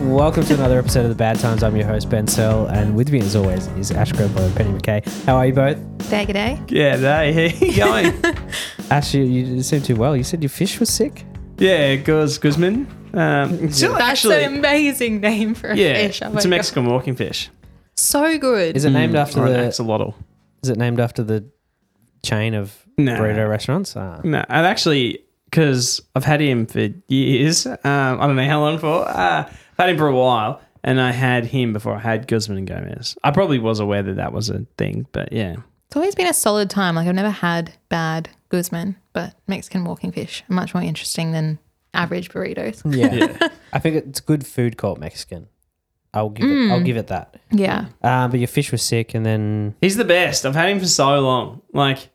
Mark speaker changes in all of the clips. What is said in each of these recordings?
Speaker 1: Welcome to another episode of the Bad Times. I'm your host Ben Sell, and with me, as always, is Ash Grenbow and Penny McKay. How are you both?
Speaker 2: Day to day.
Speaker 3: Yeah, they here you going.
Speaker 1: Ash, you, you didn't seem too well. You said your fish was sick.
Speaker 3: yeah, Guz Guzman. Um, still
Speaker 2: That's an
Speaker 3: actually,
Speaker 2: amazing name for a
Speaker 3: yeah,
Speaker 2: fish. Oh my
Speaker 3: it's a
Speaker 2: God.
Speaker 3: Mexican walking fish. Mm,
Speaker 2: So good.
Speaker 1: Is it named after
Speaker 3: Or an
Speaker 1: the?
Speaker 3: axolotl.
Speaker 1: Is it named after the chain of
Speaker 3: No.
Speaker 1: burrito restaurants? Ah.
Speaker 3: No, and actually, because I've had him for years. Um, I don't know how long for. Uh, I've had him for a while, and I had him before I had Guzman and Gomez. I probably was aware that that was a thing, but yeah,
Speaker 2: It's always been a solid time. Like I've never had bad Guzman, but Mexican walking fish are much more interesting than average burritos.
Speaker 1: Yeah. I think it's good food called Mexican. I'll give it. I'll give it that.
Speaker 2: Yeah.
Speaker 1: Uh, but your fish was sick, and then
Speaker 3: he's the best. I've had him for so long. Like,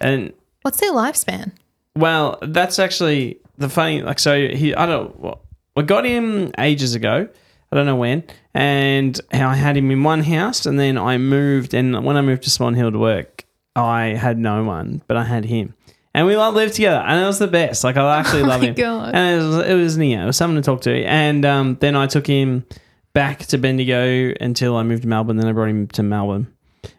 Speaker 3: and
Speaker 2: What's their lifespan?
Speaker 3: Well, that's actually the funny. Like, so he, I don't. Well, I got him ages ago. I don't know when. And I had him in one house, and then I moved. And when I moved to Swan Hill to work, I had no one, but I had him. And we like lived together, and it was the best. Like I actually love
Speaker 2: Oh my
Speaker 3: him.
Speaker 2: God.
Speaker 3: And it was it was Neo, it was someone to talk to. And um, then I took him back to Bendigo until I moved to Melbourne. Then I brought him to Melbourne.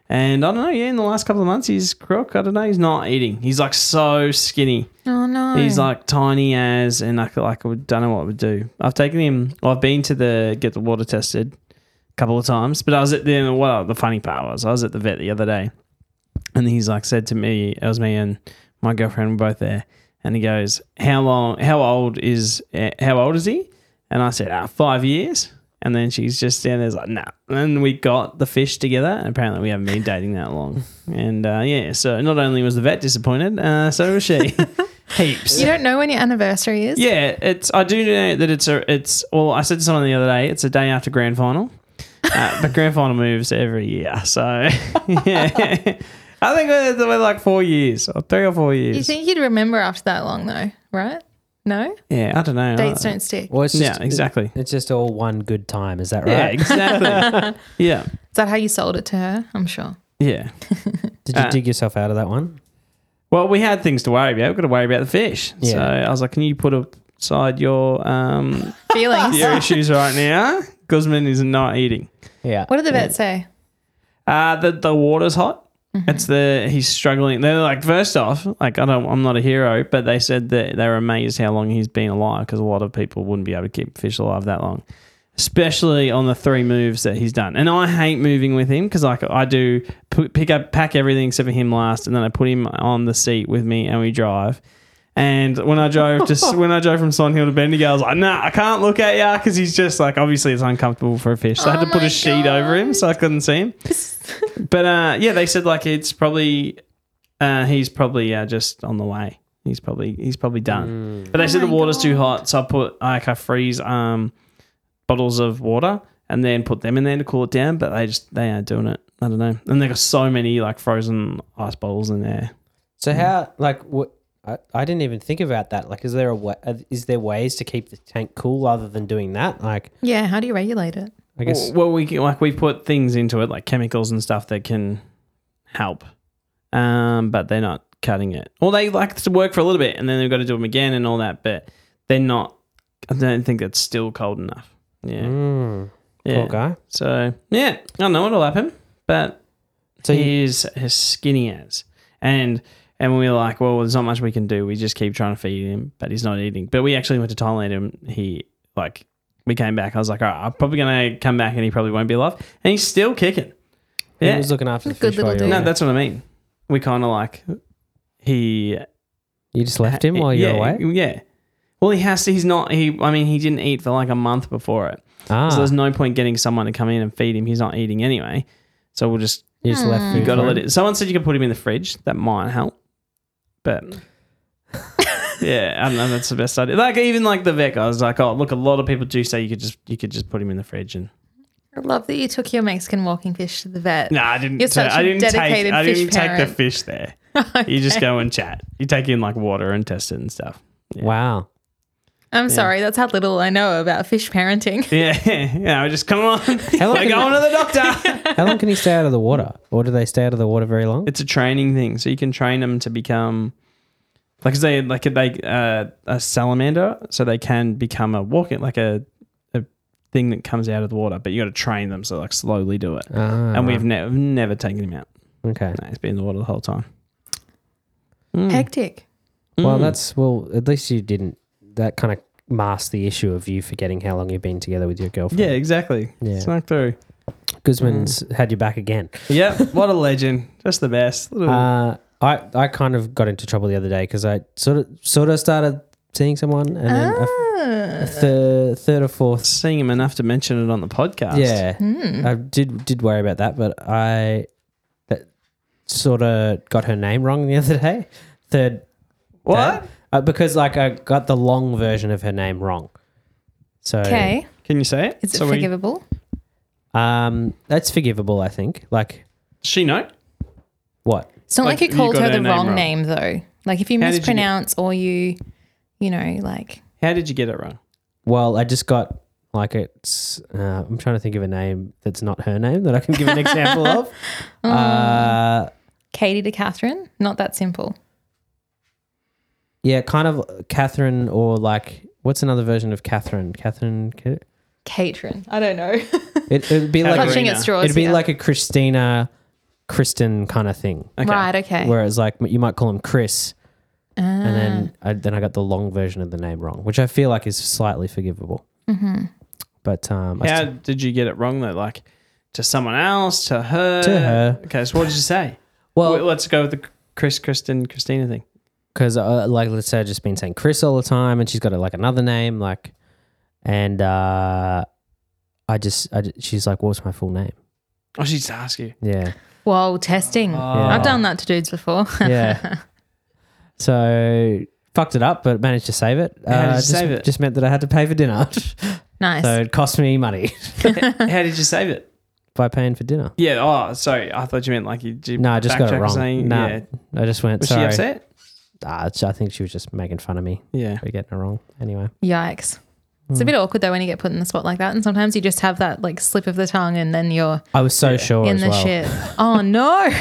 Speaker 3: And I don't know, yeah, in the last couple of months, he's crook. I don't know, he's not eating. He's like so skinny.
Speaker 2: Oh no.
Speaker 3: He's like tiny as, and I feel like I would- don't know what I would do. I've taken him. Well, I've been to the get the water tested a couple of times, but I was at the well. The funny part was I was at the vet the other day, and he's like said to me, it was me and my girlfriend were both there, and he goes, "How long? How old is? eh, How old is he?" And I said, ah, five years. And then she's just down there's like, nah. And then we got the fish together, and apparently we haven't been dating that long. And uh, yeah, so not only was the vet disappointed, uh, so was she. Heaps.
Speaker 2: you don't know when your anniversary is?
Speaker 3: Yeah, it's. I do know that it's a. It's. Well, I said to someone the other day, it's a day after grand final, uh, but grand final moves every year. So, yeah, I think we're, we're like four years or three or four years.
Speaker 2: You think you'd remember after that long though, right? No?
Speaker 3: yeah, I don't know.
Speaker 2: Dates
Speaker 3: I-
Speaker 2: don't stick.
Speaker 1: well, it's
Speaker 3: Yeah,
Speaker 1: just,
Speaker 3: exactly.
Speaker 1: It's just all one good time. Is that
Speaker 3: Yeah,
Speaker 1: right?
Speaker 3: exactly. yeah,
Speaker 2: Is that how you sold it to her? I'm sure.
Speaker 3: yeah.
Speaker 1: Did you
Speaker 3: Uh,
Speaker 1: dig yourself out of that one?
Speaker 3: Well, we had things to worry about. We've got to worry about the fish.
Speaker 1: Yeah.
Speaker 3: So I was like, can you put aside your um
Speaker 2: Feelings.
Speaker 3: your issues right now? Guzman is not eating.
Speaker 1: Yeah.
Speaker 2: What did the vet say?
Speaker 3: Uh, the the water's hot.
Speaker 2: Mm-hmm.
Speaker 3: It's the he's struggling. They're like first off, like I don't, I'm not a hero, but they said that they were amazed how long he's been alive because a lot of people wouldn't be able to keep fish alive that long, especially on the three moves that he's done. And I hate moving with him because like I do p- pick up pack everything except for him last, and then I put him on the seat with me and we drive. And when I drove just when I drove from Swan Hill to Bendigo, I was like, nah, I can't look at ya because he's just like obviously it's uncomfortable for a fish. So I had
Speaker 2: Oh
Speaker 3: to put
Speaker 2: my
Speaker 3: a sheet over him so I couldn't see him. But uh, yeah, they said like it's probably uh, he's probably uh, just on the way. He's probably he's probably done. But they said the
Speaker 2: Oh my
Speaker 3: water's too
Speaker 2: God.
Speaker 3: hot, so I put like I freeze um, bottles of water and then put them in there to cool it down. But they just they aren't doing it. I don't know. And they got so many like frozen ice bottles in there. Mm.
Speaker 1: So how like what? I, I didn't even think about that. Like, is there a wa- uh, is there ways to keep the tank cool other than doing that? Like,
Speaker 2: Yeah, how do you regulate it?
Speaker 1: I guess
Speaker 3: Well, we like we put things into it like chemicals and stuff that can help, um, but they're not cutting it. Or they like to work for a little bit and then they've got to do them again and all that. But they're not. I don't think it's still cold enough. Yeah,
Speaker 1: Mm,
Speaker 3: yeah.
Speaker 1: poor guy.
Speaker 3: So yeah, I don't know what'll happen, but
Speaker 1: So you-
Speaker 3: he's as skinny as and. And we were like, well, there's not much we can do. We just keep trying to feed him, but he's not eating. But we actually went to Thailand and he, like, we came back. I was like, all right, I'm probably going to come back and he probably won't be alive. And he's still kicking.
Speaker 1: He
Speaker 3: Yeah.
Speaker 1: was looking after the
Speaker 2: Good
Speaker 1: fish while you
Speaker 2: little
Speaker 1: were
Speaker 3: No,
Speaker 1: away.
Speaker 3: that's what I mean. We kind of like, he
Speaker 1: you just left him while you
Speaker 3: yeah,
Speaker 1: were away.
Speaker 3: Yeah. Well, he has to. He's not. He. I mean, he didn't eat for like a month before it.
Speaker 1: Ah,
Speaker 3: So there's no point getting someone to come in and feed him. He's not eating anyway. So we'll just
Speaker 1: you just
Speaker 2: Hmm.
Speaker 1: left.
Speaker 3: you
Speaker 1: food
Speaker 3: got to
Speaker 1: for
Speaker 3: let
Speaker 1: him.
Speaker 3: it. Someone said you could put him in the fridge. That might help. But yeah, I don't know. That's the best idea. Like even like the vet guy was like, oh look, a lot of people do say you could just you could just put him in the fridge and.
Speaker 2: I love that you took your Mexican walking fish to the vet.
Speaker 3: No, I didn't.
Speaker 2: You're
Speaker 3: ta-
Speaker 2: such
Speaker 3: I
Speaker 2: a
Speaker 3: didn't take.
Speaker 2: dedicated
Speaker 3: I
Speaker 2: fish
Speaker 3: didn't take the
Speaker 2: parent.
Speaker 3: fish there. You just go and chat. You take in like water and test it and stuff.
Speaker 1: Wow.
Speaker 2: I'm sorry, that's how little I know about fish parenting.
Speaker 3: Yeah, yeah. I just come on.
Speaker 1: long
Speaker 3: We're
Speaker 1: can-
Speaker 3: going to the doctor.
Speaker 1: How long can he stay out of the water, or do they stay out of the water very long?
Speaker 3: it's a training thing so you can train them to become like 'cause they like they uh, a salamander so they can become a walking like a, a thing that comes out of the water, but you got to train them so like slowly do it.
Speaker 1: Ah,
Speaker 3: And we've never never taken him out.
Speaker 1: okay.
Speaker 3: No, he's been in the water the whole time. Mm.
Speaker 2: Hectic.
Speaker 1: Well,
Speaker 3: Mm.
Speaker 1: that's well. At least you didn't. That kind of masked the issue of you forgetting how long you've been together with your
Speaker 3: yeah, Hmm.
Speaker 1: girlfriend.
Speaker 3: exactly.
Speaker 1: Yeah.
Speaker 3: Snuck through.
Speaker 1: Guzman's had you back again.
Speaker 3: Yep, what a legend. Just the best. Little-
Speaker 1: Uh, I I kind of got into trouble the other day because I sort of sort of started seeing someone, and then a, a
Speaker 2: Ah.
Speaker 1: thir- third or fourth.
Speaker 3: seeing him enough to mention it on the podcast.
Speaker 1: Yeah,
Speaker 2: Hmm.
Speaker 1: I did did worry about that, but I that sort of got her name wrong the other day. Third,
Speaker 3: What?
Speaker 1: day. Uh, because like I got the long version of her name wrong. So
Speaker 2: Okay.
Speaker 3: Can you say it?
Speaker 2: Is it
Speaker 3: So we-
Speaker 2: forgivable?
Speaker 1: um, that's forgivable, I think. Like
Speaker 3: she know?
Speaker 1: what?
Speaker 2: It's not like,
Speaker 3: Like,
Speaker 2: you
Speaker 3: you
Speaker 2: called
Speaker 3: got
Speaker 2: her
Speaker 3: her
Speaker 2: the
Speaker 3: name
Speaker 2: wrong
Speaker 3: wrong.
Speaker 2: name though. Like if you
Speaker 3: How did you get-
Speaker 2: mispronounce or you, you know, like
Speaker 3: How did you get it wrong?
Speaker 1: Well, I just got like it's. Uh, I'm trying to think of a name that's not her name that I can give an example of.
Speaker 2: Mm.
Speaker 1: Uh,
Speaker 2: Katie to Catherine, not that simple.
Speaker 1: yeah, kind of Catherine or like what's another version of Catherine? Catherine.
Speaker 2: Catherine. I don't know.
Speaker 1: It, it'd be like
Speaker 2: Clutching
Speaker 3: Karina.
Speaker 2: at straws.
Speaker 1: it'd be
Speaker 2: here.
Speaker 1: like a Christina, Kristen kind of thing.
Speaker 3: Okay.
Speaker 2: right. Okay.
Speaker 1: Whereas like you might call him Chris,
Speaker 2: Ah.
Speaker 1: and then I, then I got the long version of the name wrong, which I feel like is slightly forgivable.
Speaker 2: Mhm.
Speaker 1: But um, I
Speaker 3: How
Speaker 1: st-
Speaker 3: did you get it wrong though? Like to someone else, to her,
Speaker 1: To her.
Speaker 3: Okay, so what did you say?
Speaker 1: well,
Speaker 3: Wait, let's go with the Chris, Kristen, Christina thing.
Speaker 1: because uh, like let's say I've just been saying Chris all the time, and she's got like another name, like, and uh, I just I, ju- she's like, what's my full name?
Speaker 3: Oh, she just asked you.
Speaker 1: Yeah,
Speaker 2: Whoa, testing. Hmm.
Speaker 3: Ah.
Speaker 2: I've done that to dudes before.
Speaker 1: yeah. so fucked it up, but managed to save it. Uh,
Speaker 3: How did you
Speaker 1: just,
Speaker 3: save it?
Speaker 1: Just meant that I had to pay for dinner,
Speaker 2: nice.
Speaker 1: so it cost me money
Speaker 3: How did you save it?
Speaker 1: by paying for dinner.
Speaker 3: Yeah. Oh, sorry. I thought you meant like you. Did
Speaker 1: No, I just got it
Speaker 3: backtrack
Speaker 1: wrong.
Speaker 3: Saying,
Speaker 1: No.
Speaker 3: Yeah.
Speaker 1: I just went.
Speaker 3: Was
Speaker 1: Sorry,
Speaker 3: she upset?
Speaker 1: Ah, it's- I think she was just making fun of me
Speaker 3: Yeah.
Speaker 1: for getting it wrong. Anyway,
Speaker 2: Yikes. It's
Speaker 1: Hmm.
Speaker 2: a bit awkward though when you get put in the spot like that. And sometimes you just have that like slip of the tongue and then you're
Speaker 1: I was so sure
Speaker 2: in
Speaker 1: as
Speaker 2: the
Speaker 1: well.
Speaker 2: shit. Oh no.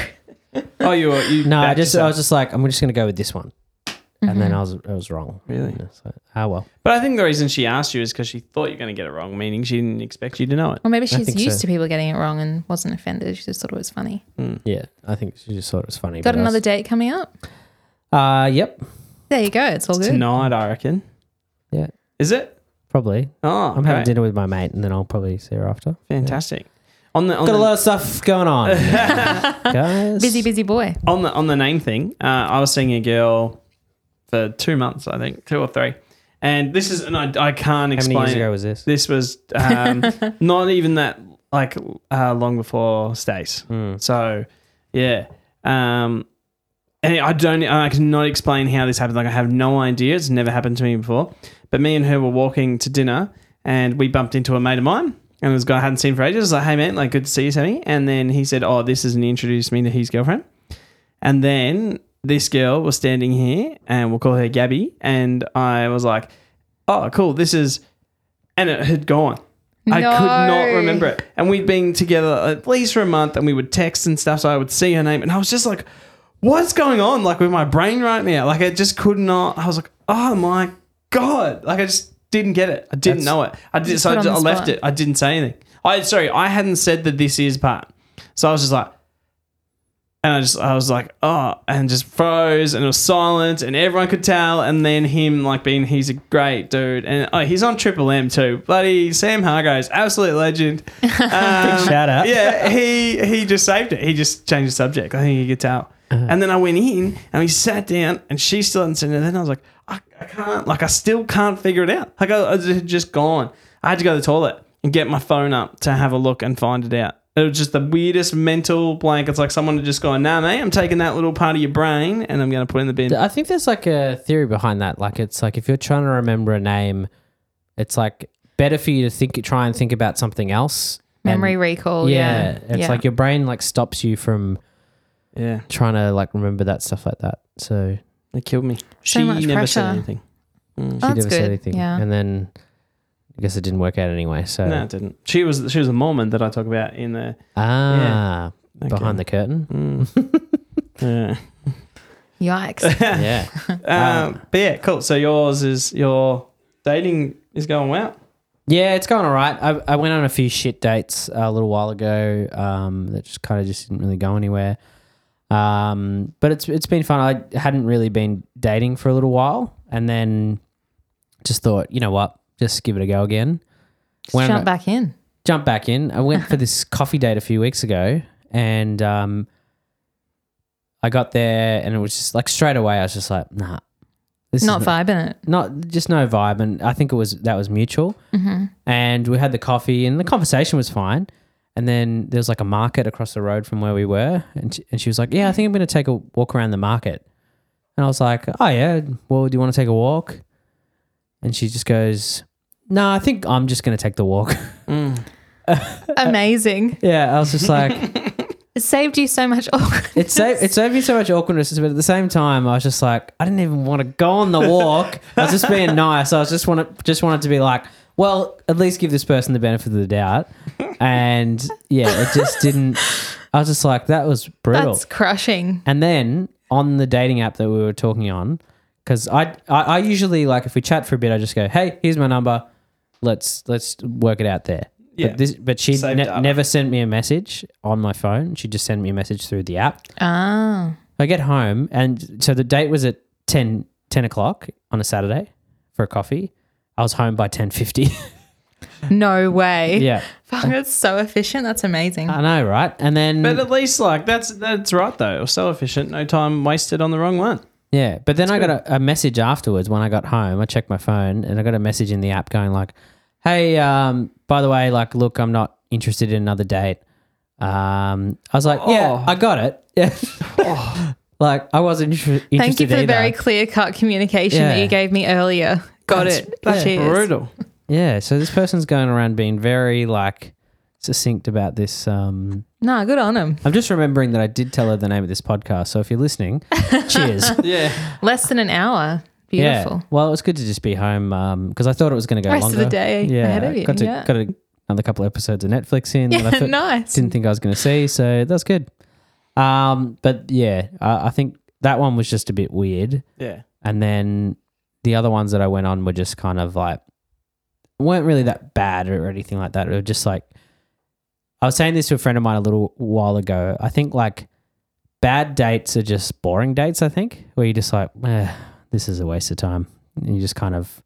Speaker 3: Oh, you. Were, you
Speaker 1: No, I
Speaker 3: backed
Speaker 1: just I
Speaker 3: yourself.
Speaker 1: was just like I'm just gonna go with this one,
Speaker 2: Mm-hmm.
Speaker 1: and then I was I was wrong.
Speaker 3: Really?
Speaker 1: Yeah, so, ah well.
Speaker 3: But I think the reason she asked you is because she thought you were going to get it wrong, meaning she didn't expect you to know it.
Speaker 2: Or maybe she's
Speaker 1: think
Speaker 2: used
Speaker 1: so.
Speaker 2: to people getting it wrong and wasn't offended. She just thought it was funny.
Speaker 1: Yeah, I think she just thought it was funny.
Speaker 2: Got
Speaker 1: but I
Speaker 2: another
Speaker 1: was-
Speaker 2: date coming up.
Speaker 1: Uh, yep.
Speaker 2: There you go. It's all good.
Speaker 3: Tonight, I reckon.
Speaker 1: Yeah,
Speaker 3: Is it?
Speaker 1: probably.
Speaker 3: Oh,
Speaker 1: I'm having
Speaker 3: great.
Speaker 1: dinner with my mate, and then I'll probably see her after.
Speaker 3: Fantastic. On the on
Speaker 1: Got a
Speaker 3: the,
Speaker 1: lot of stuff going on, guys.
Speaker 2: Busy, busy boy.
Speaker 3: on the on the name thing, uh, I was seeing a girl for two months, I think, two or three, and this is and I, I can't
Speaker 1: How
Speaker 3: explain.
Speaker 1: many years ago
Speaker 3: it.
Speaker 1: was this?
Speaker 3: This was um, not even that like uh, long before Stace.
Speaker 1: Hmm.
Speaker 3: So yeah, um, and I don't I cannot explain how this happened. Like I have no idea. It's never happened to me before. But me and her were walking to dinner, and we bumped into a mate of mine. And this guy I hadn't seen for ages. I was like, "Hey man, like good to see you, Sammy." And then he said, "Oh, this is," and he introduced me to his girlfriend. And then this girl was standing here, and we'll call her Gabby. And I was like, "Oh, cool, this is," and it had gone. I could not
Speaker 2: No.
Speaker 3: remember it. And we'd been together at least for a month, and we would text and stuff. So I would see her name, and I was just like, "What's going on?" Like with my brain right now, like I just could not. I was like, "Oh my god!" Like I just didn't get it. I
Speaker 1: That's-
Speaker 3: didn't know it. I did.
Speaker 2: Just
Speaker 3: So I,
Speaker 2: put
Speaker 3: just,
Speaker 2: on
Speaker 3: I
Speaker 2: the
Speaker 3: left
Speaker 2: spot.
Speaker 3: it. I didn't say anything. I sorry, I hadn't said that this is part. So I was just like. And I just, I was like, oh, and just froze, and it was silent, and everyone could tell. And then him, like, being he's a great dude, and oh, he's on Triple M too, bloody Sam Hargo's absolute legend. Um,
Speaker 1: shout out.
Speaker 3: Yeah, he he just saved it. He just changed the subject. I think he could tell.
Speaker 1: Uh-huh.
Speaker 3: And then I went in, and we sat down, and she still hadn't seen it. And then I was like, I, I can't, like, I still can't figure it out. Like, I, I had just gone. I had to go to the toilet and get my phone up to have a look and find it out. It was just the weirdest mental blank. It's like someone had just gone, nah, mate, I'm taking that little part of your brain and I'm going to put it in the bin.
Speaker 1: I think there's like a theory behind that. Like it's like if you're trying to remember a name, it's like better for you to think try and think about something else. and-
Speaker 2: Memory recall.
Speaker 1: yeah,
Speaker 2: Oh, Yeah.
Speaker 1: it's like your brain like stops you from
Speaker 3: Yeah,
Speaker 1: trying to like remember that stuff like that. So
Speaker 3: it killed me.
Speaker 2: So
Speaker 3: she
Speaker 2: much
Speaker 3: never said
Speaker 2: pressure.
Speaker 3: anything. Mm,
Speaker 1: she
Speaker 2: that's
Speaker 1: never said
Speaker 2: good.
Speaker 1: anything.
Speaker 2: Yeah.
Speaker 1: And then I guess it didn't work out anyway. So
Speaker 3: No, it didn't. She was she was a Mormon that I talk about in the
Speaker 1: ah,
Speaker 3: Okay.
Speaker 1: behind the curtain.
Speaker 3: Mm. Yeah.
Speaker 2: Yikes.
Speaker 1: yeah.
Speaker 3: Um, but yeah, cool. So yours is your dating is going well.
Speaker 1: Yeah, it's going all right. I, I went on a few shit dates uh, a little while ago um, that just kind of just didn't really go anywhere. Um, but it's it's been fun. I hadn't really been dating for a little while, and then just thought, you know what, just give it a go again. When-
Speaker 2: Jump back in.
Speaker 1: jump back in. I went for this coffee date a few weeks ago, and um, I got there, and it was just like straight away. I was just like, nah, this
Speaker 2: Not
Speaker 1: is
Speaker 2: vibing it.
Speaker 1: not just no vibe. And I think it was that was mutual. And we had the coffee, and the conversation was fine. And then there was like a market across the road from where we were, and she, and she was like, "Yeah, I think I'm going to take a walk around the market." And I was like, "Oh yeah, well, do you want to take a walk?" And she just goes, "No, I think I'm just going to take the walk."
Speaker 2: Amazing.
Speaker 1: yeah, I was just like.
Speaker 2: It saved you so much awkward.
Speaker 1: It saved, it saved me so much awkwardness, but at the same time, I was just like, I didn't even want to go on the walk. I was just being nice. I was just wanted, just wanted to be like, well, at least give this person the benefit of the doubt. And yeah, it just didn't. I was just like, that was brutal.
Speaker 2: That's crushing.
Speaker 1: And then on the dating app that we were talking on, because I, I I usually like if we chat for a bit, I just go, hey, here's my number. Let's let's work it out there.
Speaker 3: Yeah.
Speaker 1: But, this, but she
Speaker 3: Save
Speaker 1: ne-
Speaker 3: data.
Speaker 1: never sent me a message on my phone. She just sent me a message through the app.
Speaker 2: Ah.
Speaker 1: I get home, and so the date was at 10, 10 o'clock on a Saturday for a coffee. I was home by ten fifty.
Speaker 2: No way.
Speaker 1: yeah,
Speaker 2: Fuck, that's so efficient. That's amazing.
Speaker 1: I know, right? And then
Speaker 3: But at least like that's that's right though. It was so efficient. No time wasted on the wrong one.
Speaker 1: yeah, but then I got a, a message afterwards when I got home. I checked my phone, and I got a message in the app going like, "Hey, um, by the way, like, look, I'm not interested in another date." Um, I was like,
Speaker 3: Oh.
Speaker 1: "Yeah, I got it." Yeah, like I wasn't inter- interested.
Speaker 2: Oh. Thank you for the
Speaker 1: either.
Speaker 2: very clear cut communication that
Speaker 1: Yeah.
Speaker 2: you gave me earlier. Got
Speaker 3: That's-
Speaker 2: it.
Speaker 3: That's
Speaker 2: Cheers.
Speaker 3: brutal.
Speaker 1: Yeah, so this person's going around being very like succinct about this. Um,
Speaker 2: Nah, good on him.
Speaker 1: I'm just remembering that I did tell her the name of this podcast. So if you're listening, cheers.
Speaker 3: Yeah.
Speaker 2: Less than an hour. Beautiful.
Speaker 1: Yeah. Well, it was good to just be home because I thought it was going to go
Speaker 2: Rest of
Speaker 1: longer.
Speaker 2: the day
Speaker 1: Yeah.
Speaker 2: ahead of you,
Speaker 1: Got to
Speaker 2: yeah.
Speaker 1: got a, another couple episodes of Netflix in. that I
Speaker 2: Yeah,
Speaker 1: thought-
Speaker 2: nice.
Speaker 1: Didn't think I was going to see, so that's good. Um, but yeah, I, I think that one was just a bit weird.
Speaker 3: Yeah.
Speaker 1: And then the other ones that I went on were just kind of like weren't really that bad or anything like that. It were just like I was saying this to a friend of mine a little while ago. I think like bad dates are just boring dates, I think, where you're just like, eh, this is a waste of time. And you just kind of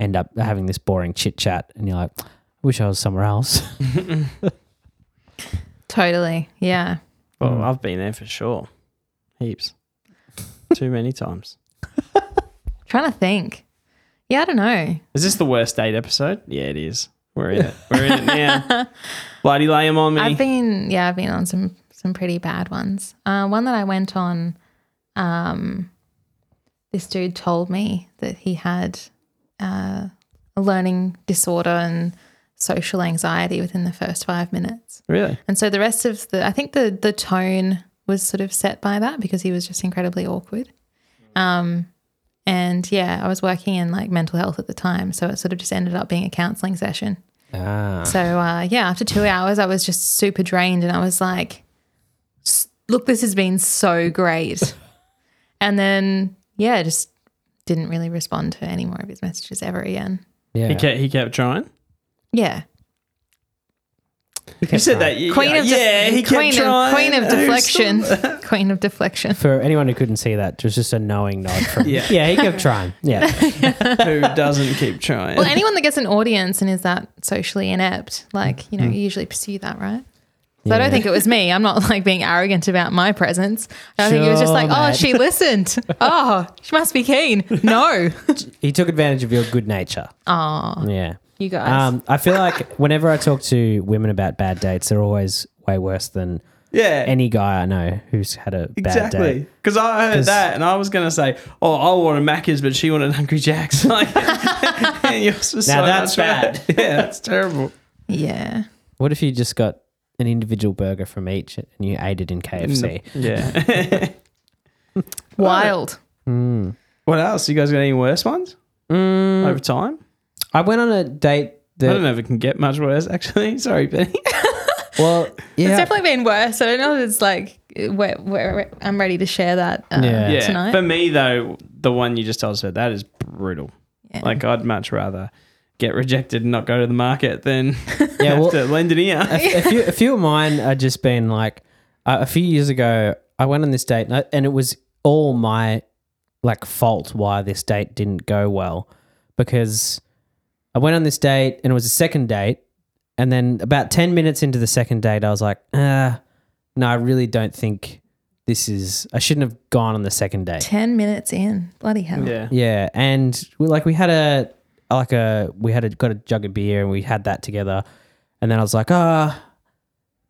Speaker 1: end up having this boring chit chat and you're like, I wish I was somewhere else.
Speaker 2: Totally. Yeah.
Speaker 3: Well,
Speaker 1: Mm.
Speaker 3: I've been there for sure. Heaps. Too many times.
Speaker 2: Trying to think. Yeah, I don't know.
Speaker 3: Is this the worst date episode? Yeah, it is. We're in it. We're in it now. Bloody lay 'em on me.
Speaker 2: I've been yeah, I've been on some some pretty bad ones. Uh, one that I went on, um, this dude told me that he had uh, a learning disorder and social anxiety within the first five minutes.
Speaker 3: really?
Speaker 2: And so the rest of the, I think the the tone was sort of set by that because he was just incredibly awkward. Um, and yeah, I was working in like mental health at the time, so it sort of just ended up being a counselling session.
Speaker 1: ah.
Speaker 2: So uh, yeah, after two hours, I was just super drained, and I was like, "S- "Look, this has been so great." and then yeah, just didn't really respond to any more of his messages ever again.
Speaker 1: Yeah.
Speaker 3: He kept he kept trying.
Speaker 2: Yeah,
Speaker 3: You said that. Yeah,
Speaker 2: queen of def-
Speaker 3: yeah, he kept
Speaker 2: queen
Speaker 3: trying.
Speaker 2: of queen of
Speaker 3: Who
Speaker 2: deflection,
Speaker 3: saw-
Speaker 2: queen of deflection.
Speaker 1: For anyone who couldn't see that, just just a knowing nod from
Speaker 3: Yeah.
Speaker 1: yeah, he kept trying. Yeah.
Speaker 3: Who doesn't keep trying?
Speaker 2: Well, anyone that gets an audience and is that socially inept, like you know, you usually pursue that, right? So I
Speaker 1: Yeah.
Speaker 2: don't think it was me. I'm not like being arrogant about my presence. I think it was just
Speaker 1: Sure,
Speaker 2: like, oh,
Speaker 1: mate."
Speaker 2: she listened. oh, she must be keen. No.
Speaker 1: he took advantage of your good nature.
Speaker 2: Oh,
Speaker 1: Yeah.
Speaker 2: you guys.
Speaker 1: Um, I feel like whenever I talk to women about bad dates, they're always way worse than
Speaker 3: yeah.
Speaker 1: any guy I know who's had a bad
Speaker 3: Exactly,
Speaker 1: date.
Speaker 3: because I heard
Speaker 1: 'Cause-
Speaker 3: that, and I was gonna say, "Oh, I wanted Macca's, but she wanted Hungry Jack's." Like, and yours was
Speaker 1: Now
Speaker 3: so
Speaker 1: that's
Speaker 3: much better. Yeah, that's terrible.
Speaker 2: yeah.
Speaker 1: What if you just got an individual burger from each and you ate it in KFC?
Speaker 3: Yeah.
Speaker 2: Wild.
Speaker 1: Mm.
Speaker 3: what else? You guys got any worse ones
Speaker 1: Mm.
Speaker 3: over time?
Speaker 1: I went on a date
Speaker 3: I don't
Speaker 1: that
Speaker 3: know if it can get much worse. Actually, sorry, Benny.
Speaker 1: well,
Speaker 2: It's
Speaker 1: yeah,
Speaker 2: definitely been worse. I don't know if it's like, where, where, I'm ready to share that uh,
Speaker 1: Yeah.
Speaker 3: yeah.
Speaker 2: tonight.
Speaker 3: For me though, the one you just told us about that is brutal.
Speaker 2: Yeah.
Speaker 3: Like I'd much rather get rejected and not go to the market, then
Speaker 1: Yeah,
Speaker 3: have
Speaker 1: well,
Speaker 3: to lend an ear.
Speaker 1: a, a few, a few of mine are just been like uh, a few years ago. I went on this date and, I, and it was all my like fault why this date didn't go well because I went on this date and it was a second date, and then about ten minutes into the second date, I was like, uh, no, I really don't think this is. I shouldn't have gone on the second date.
Speaker 2: 10 minutes in. Bloody hell.
Speaker 3: Yeah.
Speaker 1: Yeah, and we like we had a like a we had a got a jug of beer and we had that together, and then I was like, ah,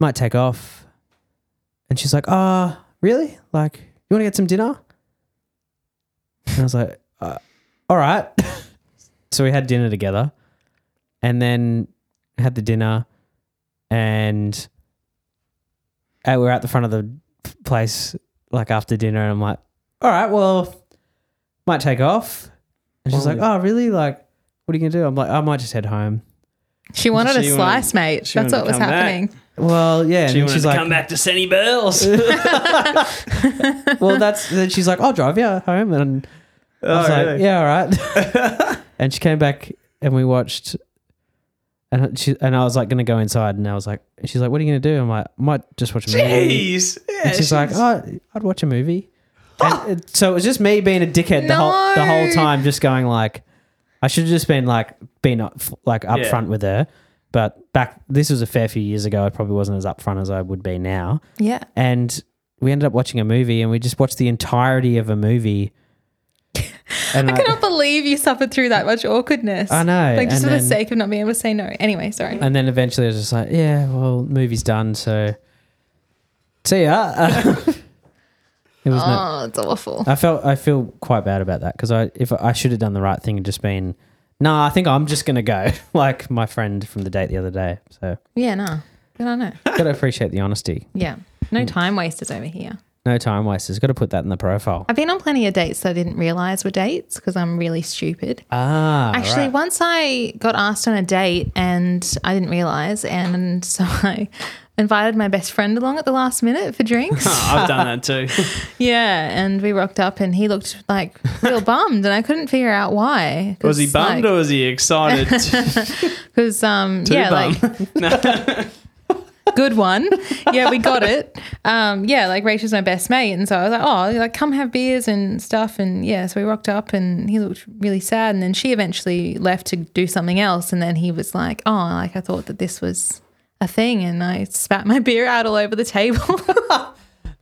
Speaker 1: might take off, and she's like, ah, really? Like, you want to get some dinner? And I was like, uh, all right. so we had dinner together, and then had the dinner, and uh, we were at the front of the place like after dinner, and I'm like, all right, well might take off. And she's
Speaker 3: Well,
Speaker 1: like, oh, really? Like, what are you going to do? I'm like, I might just head home.
Speaker 2: She wanted a
Speaker 3: She wanted-
Speaker 2: slice, mate.
Speaker 3: she
Speaker 2: That's
Speaker 3: wanted
Speaker 2: what was
Speaker 3: to come back.
Speaker 2: happening.
Speaker 1: Well, yeah. and
Speaker 3: She wanted
Speaker 1: she's
Speaker 3: to
Speaker 1: like,
Speaker 3: come back to Senny Bells.
Speaker 1: well, that's, then she's like, I'll drive you home. And I
Speaker 3: Oh,
Speaker 1: was like, yeah, all right. and she came back and we watched, and she, and I was like, going to go inside. And I was like, and she's like, what are you going to do? I'm like, I might just watch a movie.
Speaker 3: Jeez. Yeah,
Speaker 1: and she's like, oh, I'd watch a movie. And it, so it was just me being a dickhead the whole the whole
Speaker 2: No.
Speaker 1: time, just going like, I should have just been like been up, like
Speaker 3: Yeah.
Speaker 1: upfront with her. But back this was a fair few years ago. I probably wasn't as upfront as I would be now.
Speaker 2: yeah.
Speaker 1: And we ended up watching a movie, and we just watched the entirety of a movie. And
Speaker 2: I cannot believe you suffered through that much awkwardness.
Speaker 1: Uh, I know,
Speaker 2: Like, just
Speaker 1: and
Speaker 2: for the
Speaker 1: then-
Speaker 2: sake of not being able to say no. Anyway, sorry.
Speaker 1: and then eventually I was just like, yeah, well, movie's done, so see ya. it was not.
Speaker 2: oh, it's awful.
Speaker 1: I felt I feel quite bad about that because I if I should have done the right thing and just been, nah, I think I'm just gonna go like my friend from the date the other day. So
Speaker 2: yeah, no. Good on it.
Speaker 1: gotta appreciate the honesty.
Speaker 2: Yeah.
Speaker 1: Mm.
Speaker 2: No time wasters over here.
Speaker 1: No time wasters. Got to put that in the profile.
Speaker 2: I've been on plenty of dates that I didn't realize were dates because I'm really stupid.
Speaker 1: Ah,
Speaker 2: Actually,
Speaker 1: right.
Speaker 2: once I got asked on a date and I didn't realize, and so I invited my best friend along at the last minute for drinks.
Speaker 3: I've done that too.
Speaker 2: yeah, and we rocked up, and he looked like real bummed, and I couldn't figure out why.
Speaker 3: Was he bummed or was he excited?
Speaker 2: Because um, yeah, like
Speaker 3: bummed.
Speaker 2: good one. Yeah, we got it. Um, yeah, like Rachel's my best mate, and so I was like, oh, like come have beers and stuff, and yeah, so we rocked up, and he looked really sad, and then she eventually left to do something else, and then he was like, oh, like I thought that this was a thing, and I spat my beer out all over the table.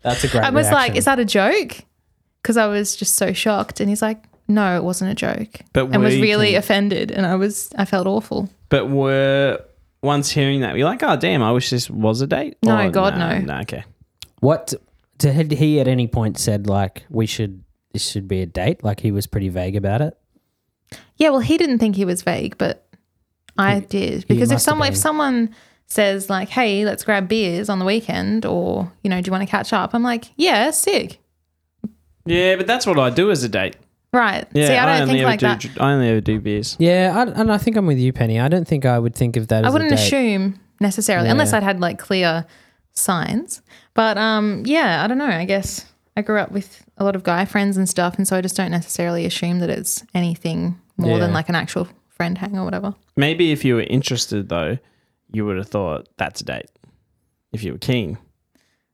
Speaker 1: that's a great.
Speaker 2: I was like, is
Speaker 1: that
Speaker 2: that a joke? Because I was just so shocked, and he's like. No, it wasn't a joke.
Speaker 3: But
Speaker 2: and was
Speaker 3: we
Speaker 2: really
Speaker 3: can-
Speaker 2: offended, and I was I felt awful.
Speaker 3: but were once hearing that, you're like, oh, damn, I wish this was a date?
Speaker 2: No,
Speaker 3: Or,
Speaker 2: God,
Speaker 3: nah,
Speaker 2: no.
Speaker 3: nah, okay.
Speaker 1: what? Did he at any point said like we should this should be a date? Like he was pretty vague about it.
Speaker 2: Yeah, well, he didn't think he was vague, but I did because if
Speaker 1: must have
Speaker 2: someone if
Speaker 1: been.
Speaker 2: someone says like, "Hey, let's grab beers on the weekend," or you know, "Do you want to catch up?" I'm like, "Yeah, sick."
Speaker 3: Yeah, but that's what I do as a date.
Speaker 2: Right.
Speaker 3: Yeah,
Speaker 2: See, I don't think
Speaker 3: ever
Speaker 2: like
Speaker 3: do,
Speaker 2: that.
Speaker 3: I only ever do beers.
Speaker 1: Yeah, I, and I think I'm with you, Penny. I don't think I would think of that.
Speaker 2: I
Speaker 1: as
Speaker 2: wouldn't
Speaker 1: a date.
Speaker 2: assume necessarily unless
Speaker 1: Yeah.
Speaker 2: I'd had like clear signs. But um, yeah, I don't know. I guess I grew up with a lot of guy friends and stuff, and so I just don't necessarily assume that it's anything more than
Speaker 1: Yeah.
Speaker 2: like an actual friend hang or whatever.
Speaker 3: Maybe if you were interested, though, you would have thought that's a date. If you were keen.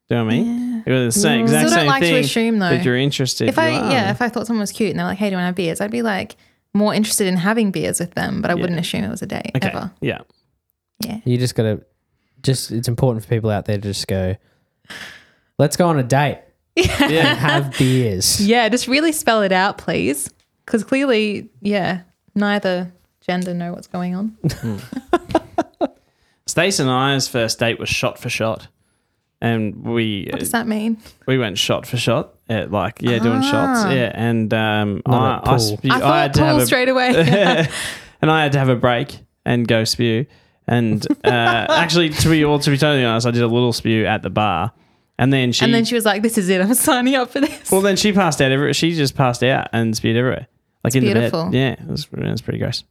Speaker 3: Do you know what I mean? It was the same, exact
Speaker 2: Still don't
Speaker 3: same
Speaker 2: Mm. like to
Speaker 3: thing.
Speaker 2: assume, though.
Speaker 3: But you're interested.
Speaker 2: if I
Speaker 3: you are.
Speaker 2: yeah, if I thought someone was cute and they're like, "Hey, do you want to have beers?" I'd be like more interested in having beers with them, but I wouldn't assume it was a date
Speaker 3: okay.
Speaker 2: ever.
Speaker 3: Yeah.
Speaker 2: Yeah,
Speaker 1: You just gotta just it's important for people out there to just go, let's go on a date and
Speaker 3: Yeah.
Speaker 1: have beers.
Speaker 2: yeah. Just really spell it out, please, because clearly, yeah, neither gender know what's going on.
Speaker 3: Stace and I's first date was shot for shot. And we
Speaker 2: What does that mean?
Speaker 3: we went shot for shot at like yeah doing shots
Speaker 2: Ah.
Speaker 3: yeah and um I,
Speaker 1: Not at
Speaker 3: I,
Speaker 1: pool.
Speaker 3: spew,
Speaker 2: I
Speaker 3: I,
Speaker 2: thought
Speaker 3: had to
Speaker 2: Paul
Speaker 3: have a,
Speaker 2: straight away.
Speaker 3: and I had to have a break and go spew and uh, actually to be all to be totally honest I did a little spew at the bar and then she
Speaker 2: and then she was like, "This is it. I'm signing up for this."
Speaker 3: well then she passed out everywhere she just passed out and spewed everywhere like in
Speaker 2: beautiful.
Speaker 3: the bed yeah it was, it was pretty gross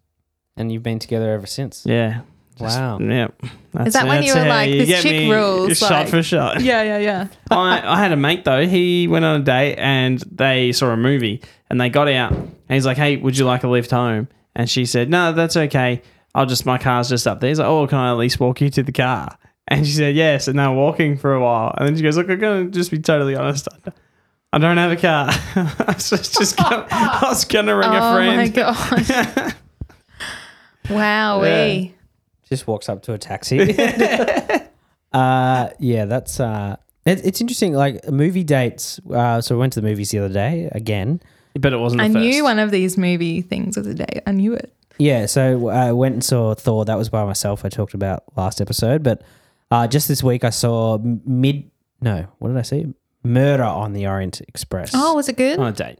Speaker 1: And you've been together ever since.
Speaker 3: yeah
Speaker 1: Wow.
Speaker 3: yeah that's,
Speaker 2: that when you
Speaker 3: that's
Speaker 2: were
Speaker 3: how
Speaker 2: like, this
Speaker 3: get
Speaker 2: chick
Speaker 3: me
Speaker 2: rules,
Speaker 3: shot
Speaker 2: like-
Speaker 3: for shot
Speaker 2: yeah, yeah, yeah.
Speaker 3: I, I had a mate though. He went on a date and they saw a movie and they got out and he's like, "Hey, would you like a lift home?" And she said, "No, that's okay. I'll just my car's just up there. He's like, oh, can I at least walk you to the car? And she said yes, and they're walking for a while. And then she goes, look, I'm gonna just be totally honest. I- I don't have a car. I was just gonna, I was gonna ring a
Speaker 2: oh
Speaker 3: friend.
Speaker 2: my gosh. Wowee.
Speaker 1: just walks up to a taxi. uh, yeah, that's uh, it, it's interesting. Like movie dates. Uh, so we went to the movies the other day again.
Speaker 3: But it wasn't.
Speaker 2: I
Speaker 3: the first.
Speaker 2: knew one of these movie things of the day. I knew it.
Speaker 1: Yeah, so uh, I went and saw Thor. That was by myself. I talked about last episode, but uh, just this week I saw M- mid. No, what did I see? Murder on the Orient Express.
Speaker 2: Oh, was it good?
Speaker 3: on a date.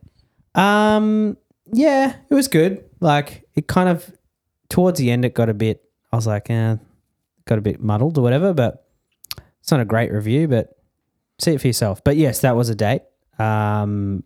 Speaker 1: Um, yeah, it was good. Like it kind of towards the end, it got a bit. I was like, eh, got a bit muddled or whatever. But it's not a great review. But see it for yourself. But yes, that was a date. Um,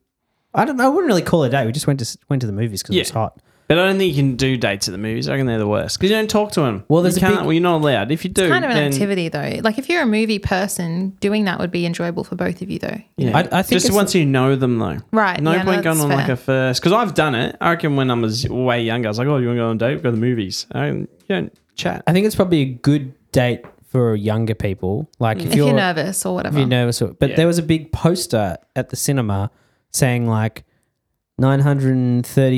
Speaker 1: I don't. know. I wouldn't really call it a date. We just went to s- went to the movies because it was
Speaker 3: Yeah.
Speaker 1: hot.
Speaker 3: But I don't think you can do dates at the movies. I reckon they're the worst because you don't talk to them.
Speaker 1: Well, there's
Speaker 3: you
Speaker 1: a
Speaker 3: can't.
Speaker 1: big-
Speaker 3: well, you're not allowed. If you do,
Speaker 2: kind of an
Speaker 3: then,
Speaker 2: activity though. Like if you're a movie person, doing that would be enjoyable for both of you though.
Speaker 3: Yeah.
Speaker 1: I- I think
Speaker 3: just
Speaker 1: it's-
Speaker 3: once you know them though.
Speaker 2: Right.
Speaker 3: No
Speaker 2: yeah,
Speaker 3: point going
Speaker 2: that's
Speaker 3: on like
Speaker 2: fair.
Speaker 3: a first because I've done it. I reckon when I was way younger, I was like, "Oh, you want to go on a date? Go to the movies." I don't, you don't chat.
Speaker 1: I think it's probably a good date for younger people. Like if
Speaker 2: if
Speaker 1: you're,
Speaker 2: you're nervous or
Speaker 1: if
Speaker 2: whatever.
Speaker 1: you're nervous, or- but
Speaker 3: Yeah.
Speaker 1: there was a big poster at the cinema saying like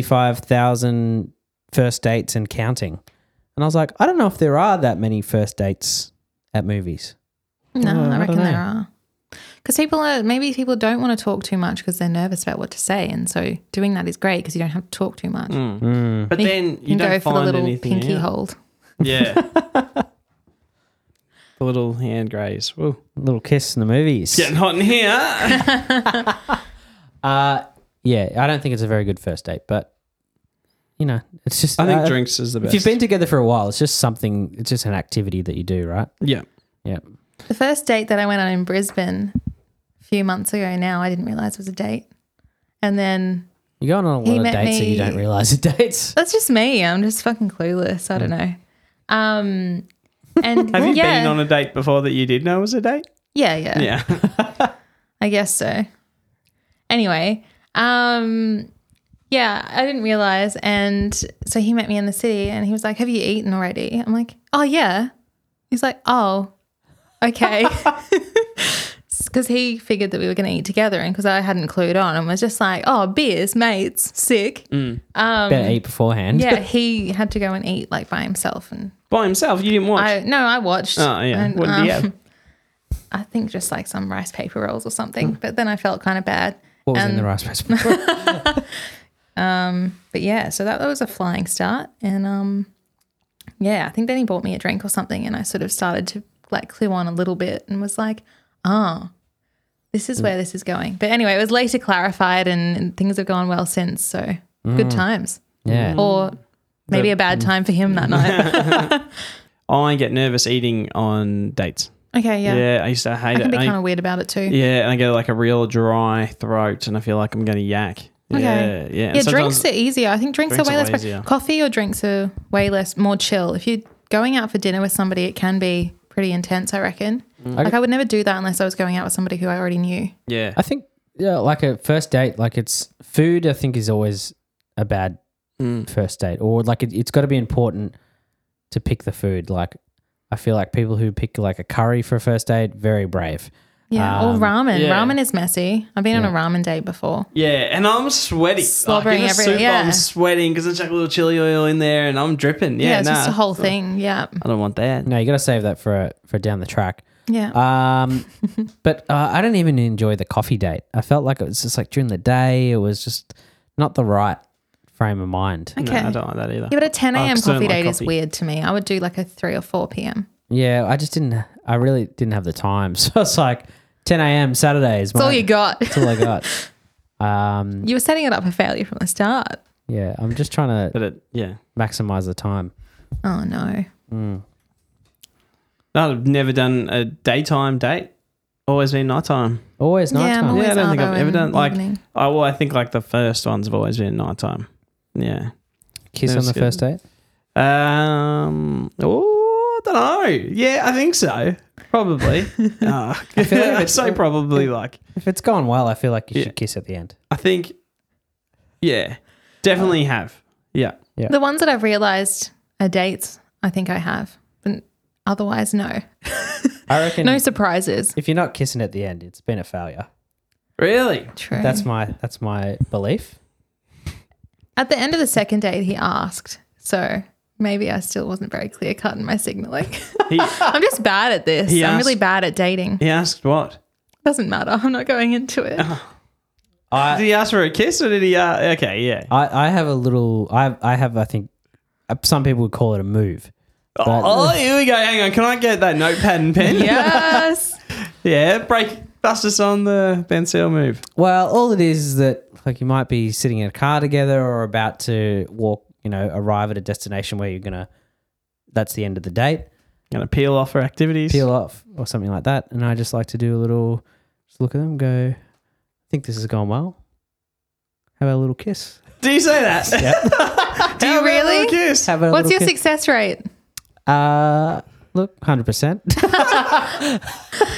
Speaker 1: 935,000 first dates and counting. And I was like, I don't know if there are that many first dates at movies.
Speaker 2: no,
Speaker 1: Yeah,
Speaker 2: I
Speaker 1: I
Speaker 2: reckon
Speaker 1: don't
Speaker 2: there
Speaker 1: know.
Speaker 2: are. Because people are maybe people don't want to talk too much because they're nervous about what to say, and so doing that is great because you don't have to talk too much.
Speaker 3: Mm.
Speaker 1: Mm.
Speaker 3: But
Speaker 2: You
Speaker 3: then you
Speaker 2: can
Speaker 3: don't
Speaker 2: go for
Speaker 3: find
Speaker 2: the little
Speaker 3: anything.
Speaker 2: pinky
Speaker 3: out.
Speaker 2: hold.
Speaker 3: Yeah. the little hand graze. Whoa.
Speaker 1: Little kiss in the movies.
Speaker 3: Getting hot in here.
Speaker 1: Uh, yeah, I don't think it's a very good first date, but you know, it's just
Speaker 3: I think
Speaker 1: uh,
Speaker 3: drinks is the
Speaker 1: If
Speaker 3: best.
Speaker 1: you've been together for a while, it's just something, it's just an activity that you do, right?
Speaker 3: yeah.
Speaker 1: Yeah.
Speaker 2: The first date that I went on in Brisbane a few months ago now, I didn't realize was a date. And then
Speaker 1: You're going on a
Speaker 2: He
Speaker 1: lot of
Speaker 2: met
Speaker 1: dates that you
Speaker 2: me-
Speaker 1: don't realize it dates.
Speaker 2: that's just me. I'm just fucking clueless. I don't know. Um, and
Speaker 3: Mm. Have you
Speaker 2: yeah,
Speaker 3: been on a date before that you did know was a date?
Speaker 2: yeah, yeah,
Speaker 3: Yeah.
Speaker 2: I guess so. Anyway, um, yeah, I didn't realize. And so he met me in the city and he was like, Have you eaten already? I'm like, Oh, yeah. He's like, Oh, okay. Because he figured that we were going to eat together and because I hadn't clued on and was just like, Oh, beers, mates, sick.
Speaker 3: Mm.
Speaker 1: Better eat beforehand.
Speaker 2: Um, Yeah, he had to go and eat like by himself. And
Speaker 3: By himself. You didn't watch.
Speaker 2: I, no, I watched.
Speaker 3: oh, yeah.
Speaker 2: And,
Speaker 3: what did he
Speaker 2: um,
Speaker 3: have?
Speaker 2: I think just like some rice paper rolls or
Speaker 3: Hmm.
Speaker 2: something. But then I felt kind of bad.
Speaker 1: What was in
Speaker 2: and-
Speaker 1: the rice paper?
Speaker 2: but yeah, so that, that was a flying start. And um, yeah, I think then he bought me a drink or something, and I sort of started to like clue on a little bit and was like, oh, this is where this is going. But anyway, it was later clarified, and, and things have gone well since. So good times,
Speaker 1: yeah.
Speaker 2: or maybe a bad time for him that night.
Speaker 3: I get nervous eating on dates.
Speaker 2: okay,
Speaker 3: Yeah.
Speaker 2: yeah.
Speaker 3: I used to hate
Speaker 2: I can
Speaker 3: it.
Speaker 2: be
Speaker 3: I-
Speaker 2: kind of weird about it too. Yeah,
Speaker 3: yeah, and I get like a real dry throat, and I feel like I'm going to yak. Yeah, yeah. And sometimes-
Speaker 2: drinks are easier. I think drinks, are
Speaker 3: Drinks
Speaker 2: way
Speaker 3: are
Speaker 2: less.
Speaker 3: way
Speaker 2: pre-
Speaker 3: easier.
Speaker 2: Coffee or drinks are way less, more chill. If you're going out for dinner with somebody, it can be pretty intense, I reckon.
Speaker 3: Mm.
Speaker 2: Like I would never do that unless I was going out with somebody who I already knew.
Speaker 3: yeah.
Speaker 1: I think yeah, like a first date, like it's food. I think is always a bad
Speaker 2: Hmm.
Speaker 3: Mm.
Speaker 1: first date, or like it, it's got to be important to pick the food. Like I feel like people who pick like a curry for a first date, very brave.
Speaker 2: Yeah, or
Speaker 1: Um,
Speaker 2: ramen.
Speaker 3: yeah.
Speaker 2: Ramen is messy. I've been on a ramen date before.
Speaker 3: Yeah, and I'm sweaty.
Speaker 2: Slobbering
Speaker 3: like, in a
Speaker 2: every-
Speaker 3: soup,
Speaker 2: yeah.
Speaker 3: I'm sweating because I chuck a little chili oil in there, and I'm dripping.
Speaker 2: Yeah,
Speaker 3: Yeah,
Speaker 2: it's just
Speaker 3: nah.
Speaker 2: a whole thing. Yeah,
Speaker 3: I don't want that.
Speaker 1: No, you got to save that for for down the track.
Speaker 2: yeah.
Speaker 3: Uh,
Speaker 1: Um, but uh, I didn't even enjoy the coffee date. I felt like it was just like during the day. It was just not the right frame of mind.
Speaker 2: okay.
Speaker 3: No, I don't like that either.
Speaker 2: yeah, but a 10
Speaker 3: I
Speaker 2: a.m.
Speaker 3: just don't
Speaker 2: coffee
Speaker 3: like
Speaker 2: date is
Speaker 3: coffee.
Speaker 2: weird to me. I would do like a 3 or 4 p.m.
Speaker 1: Yeah, I just didn't. I really didn't have the time. So it's like 10 a.m. Saturday is
Speaker 2: That's
Speaker 1: my,
Speaker 2: all you got.
Speaker 1: That's all I got. um,
Speaker 2: you were setting it up for failure from the start.
Speaker 1: yeah, I'm just trying to
Speaker 3: But it, yeah,
Speaker 1: maximize the time.
Speaker 2: Oh, no.
Speaker 1: Hmm.
Speaker 3: No, I've never done a daytime date. Always been nighttime.
Speaker 1: Always night
Speaker 2: Yeah, I'm
Speaker 1: time.
Speaker 2: always
Speaker 3: Yeah, I don't think
Speaker 2: arvo
Speaker 3: I've ever
Speaker 2: in
Speaker 3: done,
Speaker 2: the
Speaker 3: like,
Speaker 2: evening.
Speaker 3: Oh well, I think like the first ones have always been nighttime. Yeah.
Speaker 1: Kiss on
Speaker 3: That was
Speaker 1: the
Speaker 3: good.
Speaker 1: first date.
Speaker 3: Um. Oh, I don't know. Yeah, I think so. Probably. uh, I'd say probably like
Speaker 1: If it's gone well, I feel like you
Speaker 3: Yeah.
Speaker 1: should kiss at the end.
Speaker 3: I think.
Speaker 1: Uh,
Speaker 3: Yeah, definitely have. Yeah.
Speaker 2: The ones that I've realized are dates I think I have. But otherwise, no.
Speaker 1: I reckon
Speaker 2: No surprises.
Speaker 1: if you're not kissing at the end, it's been a failure.
Speaker 3: Really?
Speaker 2: True.
Speaker 1: That's my that's my belief.
Speaker 2: At the end of the second date, he asked. So maybe I still wasn't very clear cut in my signaling.
Speaker 3: He,
Speaker 2: I'm just bad at this.
Speaker 3: He
Speaker 2: I'm
Speaker 3: asked-
Speaker 2: really bad at dating.
Speaker 3: he asked what?
Speaker 2: Doesn't matter. I'm not going into it.
Speaker 3: Did
Speaker 1: I
Speaker 3: he ask for a kiss or did he? Uh, okay, yeah.
Speaker 1: I, I have a little I I have I think uh, some people would call it a move. But
Speaker 3: Oh, here we go. Hang on. Can I get that notepad and pen?
Speaker 2: yes.
Speaker 3: Yeah. Break. Bust us on the Ben Seal move.
Speaker 1: well, all it is is that like you might be sitting in a car together or about to walk, you know, arrive at a destination where you're gonna. That's the end of the date.
Speaker 3: Gonna peel off her activities.
Speaker 1: peel off or something like that. And I just like to do a little, just look at them, go, I think this has gone well. Have a little kiss.
Speaker 3: Do you say that?
Speaker 2: Do you
Speaker 3: Have a little
Speaker 2: really?
Speaker 3: Kiss.
Speaker 1: Have a
Speaker 2: What's your
Speaker 1: little kiss.
Speaker 2: success rate?
Speaker 1: Uh, look, hundred percent.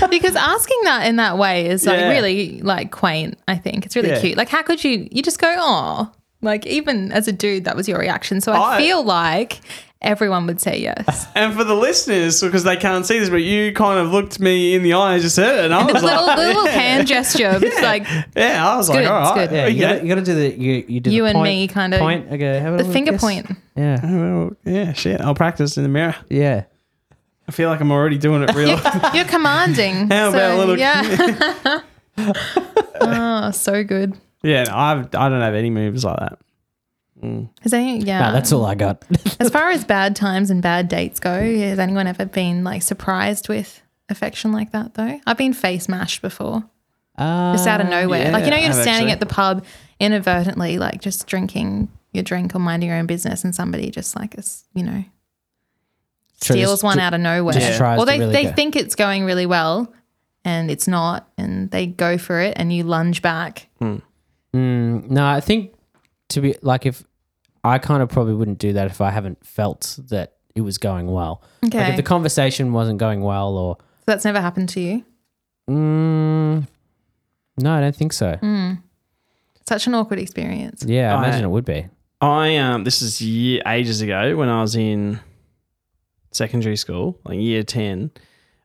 Speaker 2: Because asking that in that way is like
Speaker 3: Yeah.
Speaker 2: really like quaint, I think. It's really
Speaker 3: Yeah.
Speaker 2: cute. Like how could you you just go, "Oh." Like even as a dude that was your reaction. So I,
Speaker 3: I-
Speaker 2: feel like everyone would say yes.
Speaker 3: And for the listeners, because they can't see this, but you kind of looked me in the eye as you said it, and I was like,
Speaker 2: little little hand gesture. It's like
Speaker 3: yeah, I was like,
Speaker 2: good, it's
Speaker 3: all right,
Speaker 2: good.
Speaker 1: Yeah, you,
Speaker 3: okay.
Speaker 1: gotta, you gotta do the you you do
Speaker 2: You
Speaker 1: the
Speaker 2: and
Speaker 1: point-
Speaker 2: me kinda-
Speaker 1: point. I go, have a
Speaker 2: the
Speaker 1: little
Speaker 2: finger
Speaker 1: kiss."
Speaker 2: point.
Speaker 1: Yeah,
Speaker 3: Oh, well, yeah, shit. I'll practice in the mirror.
Speaker 1: yeah.
Speaker 3: I feel like I'm already doing it real.
Speaker 2: You're commanding.
Speaker 3: How
Speaker 2: so,
Speaker 3: about a little-
Speaker 2: Yeah. oh, so good.
Speaker 3: yeah, no, I've, I don't have any moves like that.
Speaker 2: Is any yeah?
Speaker 1: Nah, that's all I got.
Speaker 2: as far as bad times and bad dates go, has anyone ever been like surprised with affection like that though? I've been face mashed before,
Speaker 1: Uh,
Speaker 2: just out of nowhere. like you know,
Speaker 3: yeah,
Speaker 2: you're
Speaker 3: I've
Speaker 2: standing
Speaker 3: actually-
Speaker 2: at the pub inadvertently, like just drinking your drink or minding your own business, and somebody just like is, you know
Speaker 1: Sure,
Speaker 2: steals
Speaker 1: just-
Speaker 2: one
Speaker 1: ju-
Speaker 2: out of nowhere.
Speaker 1: just tries
Speaker 2: or
Speaker 1: to
Speaker 2: they
Speaker 1: really
Speaker 2: they
Speaker 1: go.
Speaker 2: think it's going really well, and it's not, and they go for it, and you lunge back.
Speaker 1: Mm, no, I think to be like if I kind of probably wouldn't do that if I haven't felt that it was going well.
Speaker 2: Okay,
Speaker 1: Like if the conversation wasn't going well or
Speaker 2: so that's never happened to you.
Speaker 1: Mm, no, I don't think so.
Speaker 2: Mm. Such an awkward experience.
Speaker 1: Yeah, I
Speaker 3: I-
Speaker 1: imagine it would be.
Speaker 3: I um, this is ye ages ago when I was in secondary school, like year ten.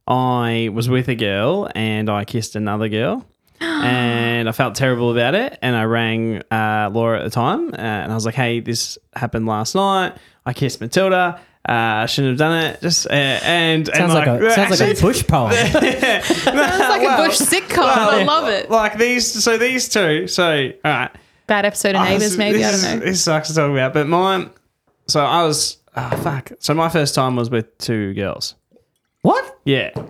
Speaker 3: I was with a girl and I kissed another girl, and I felt terrible about it. And I rang uh, Laura at the time, uh, and I was like, "Hey, this happened last night. I kissed Matilda. Uh, I shouldn't have done it." Just uh, and and
Speaker 1: Sounds like, a sounds like a bush poem.
Speaker 2: It's like
Speaker 3: Well,
Speaker 2: a bush sitcom. I
Speaker 3: well,
Speaker 2: love it.
Speaker 3: Like these, so these two. So all right.
Speaker 2: Bad episode of
Speaker 3: Oh,
Speaker 2: Neighbours,
Speaker 3: this-
Speaker 2: maybe. I
Speaker 3: this-
Speaker 2: don't know.
Speaker 3: This sucks to talk about, but mine. So I was ah fuck. So my first time was with two girls.
Speaker 1: what?
Speaker 3: Yeah, uh,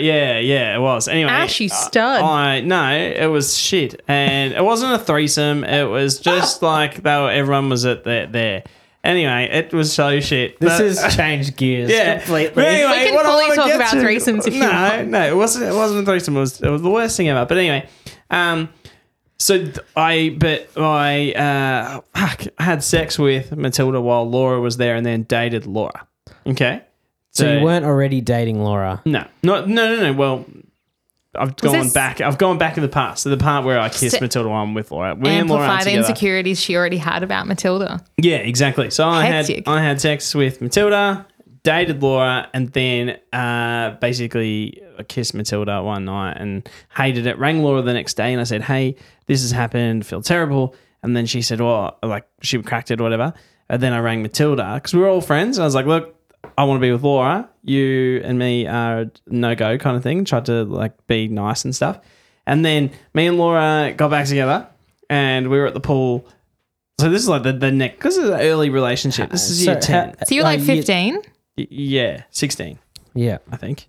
Speaker 3: yeah, yeah. It was anyway. uh,
Speaker 2: Ash, you stud.
Speaker 3: I no, it was shit, and it wasn't a threesome. It was just like they were, everyone was at their there. Anyway, it was so shit.
Speaker 1: This
Speaker 3: But-
Speaker 1: has changed gears
Speaker 3: yeah.
Speaker 1: completely.
Speaker 3: But anyway,
Speaker 2: We can
Speaker 3: what I
Speaker 2: fully
Speaker 3: wanna
Speaker 2: talk
Speaker 3: get
Speaker 2: about
Speaker 3: to-
Speaker 2: threesomes if you
Speaker 3: no,
Speaker 2: want.
Speaker 3: No, it wasn't. It wasn't a threesome. It was, it was the worst thing ever. But anyway, um, so th- I, but I, uh, fuck, I had sex with Matilda while Laura was there, and then dated Laura. Okay.
Speaker 1: So you weren't already dating Laura.
Speaker 3: No, not no, no, no. Well, I've gone
Speaker 2: this-
Speaker 3: back. I've gone back in the past to the part where I kissed
Speaker 2: So-
Speaker 3: Matilda while I'm with Laura. We and Laura
Speaker 2: Amplify
Speaker 3: aren't
Speaker 2: the
Speaker 3: together.
Speaker 2: insecurities she already had about Matilda.
Speaker 3: Yeah, exactly. So I
Speaker 2: Hectic.
Speaker 3: had I had sex with Matilda, dated Laura, and then uh, basically I kissed Matilda one night and hated it. Rang Laura the next day and I said, "Hey, this has happened. Feel terrible." And then she said, "Well, like she cracked it, or whatever." And then I rang Matilda because we were all friends. And I was like, "Look, I want to be with Laura. You and me are no go kind of thing." Tried to like be nice and stuff. And then me and Laura got back together, and we were at the pool. So this is like the, the next. This is an early relationship. This is year
Speaker 1: So,
Speaker 3: ten.
Speaker 1: uh,
Speaker 2: So you're like
Speaker 1: you-
Speaker 2: 15.
Speaker 3: Y- yeah, sixteen,
Speaker 1: Yeah.
Speaker 3: I think.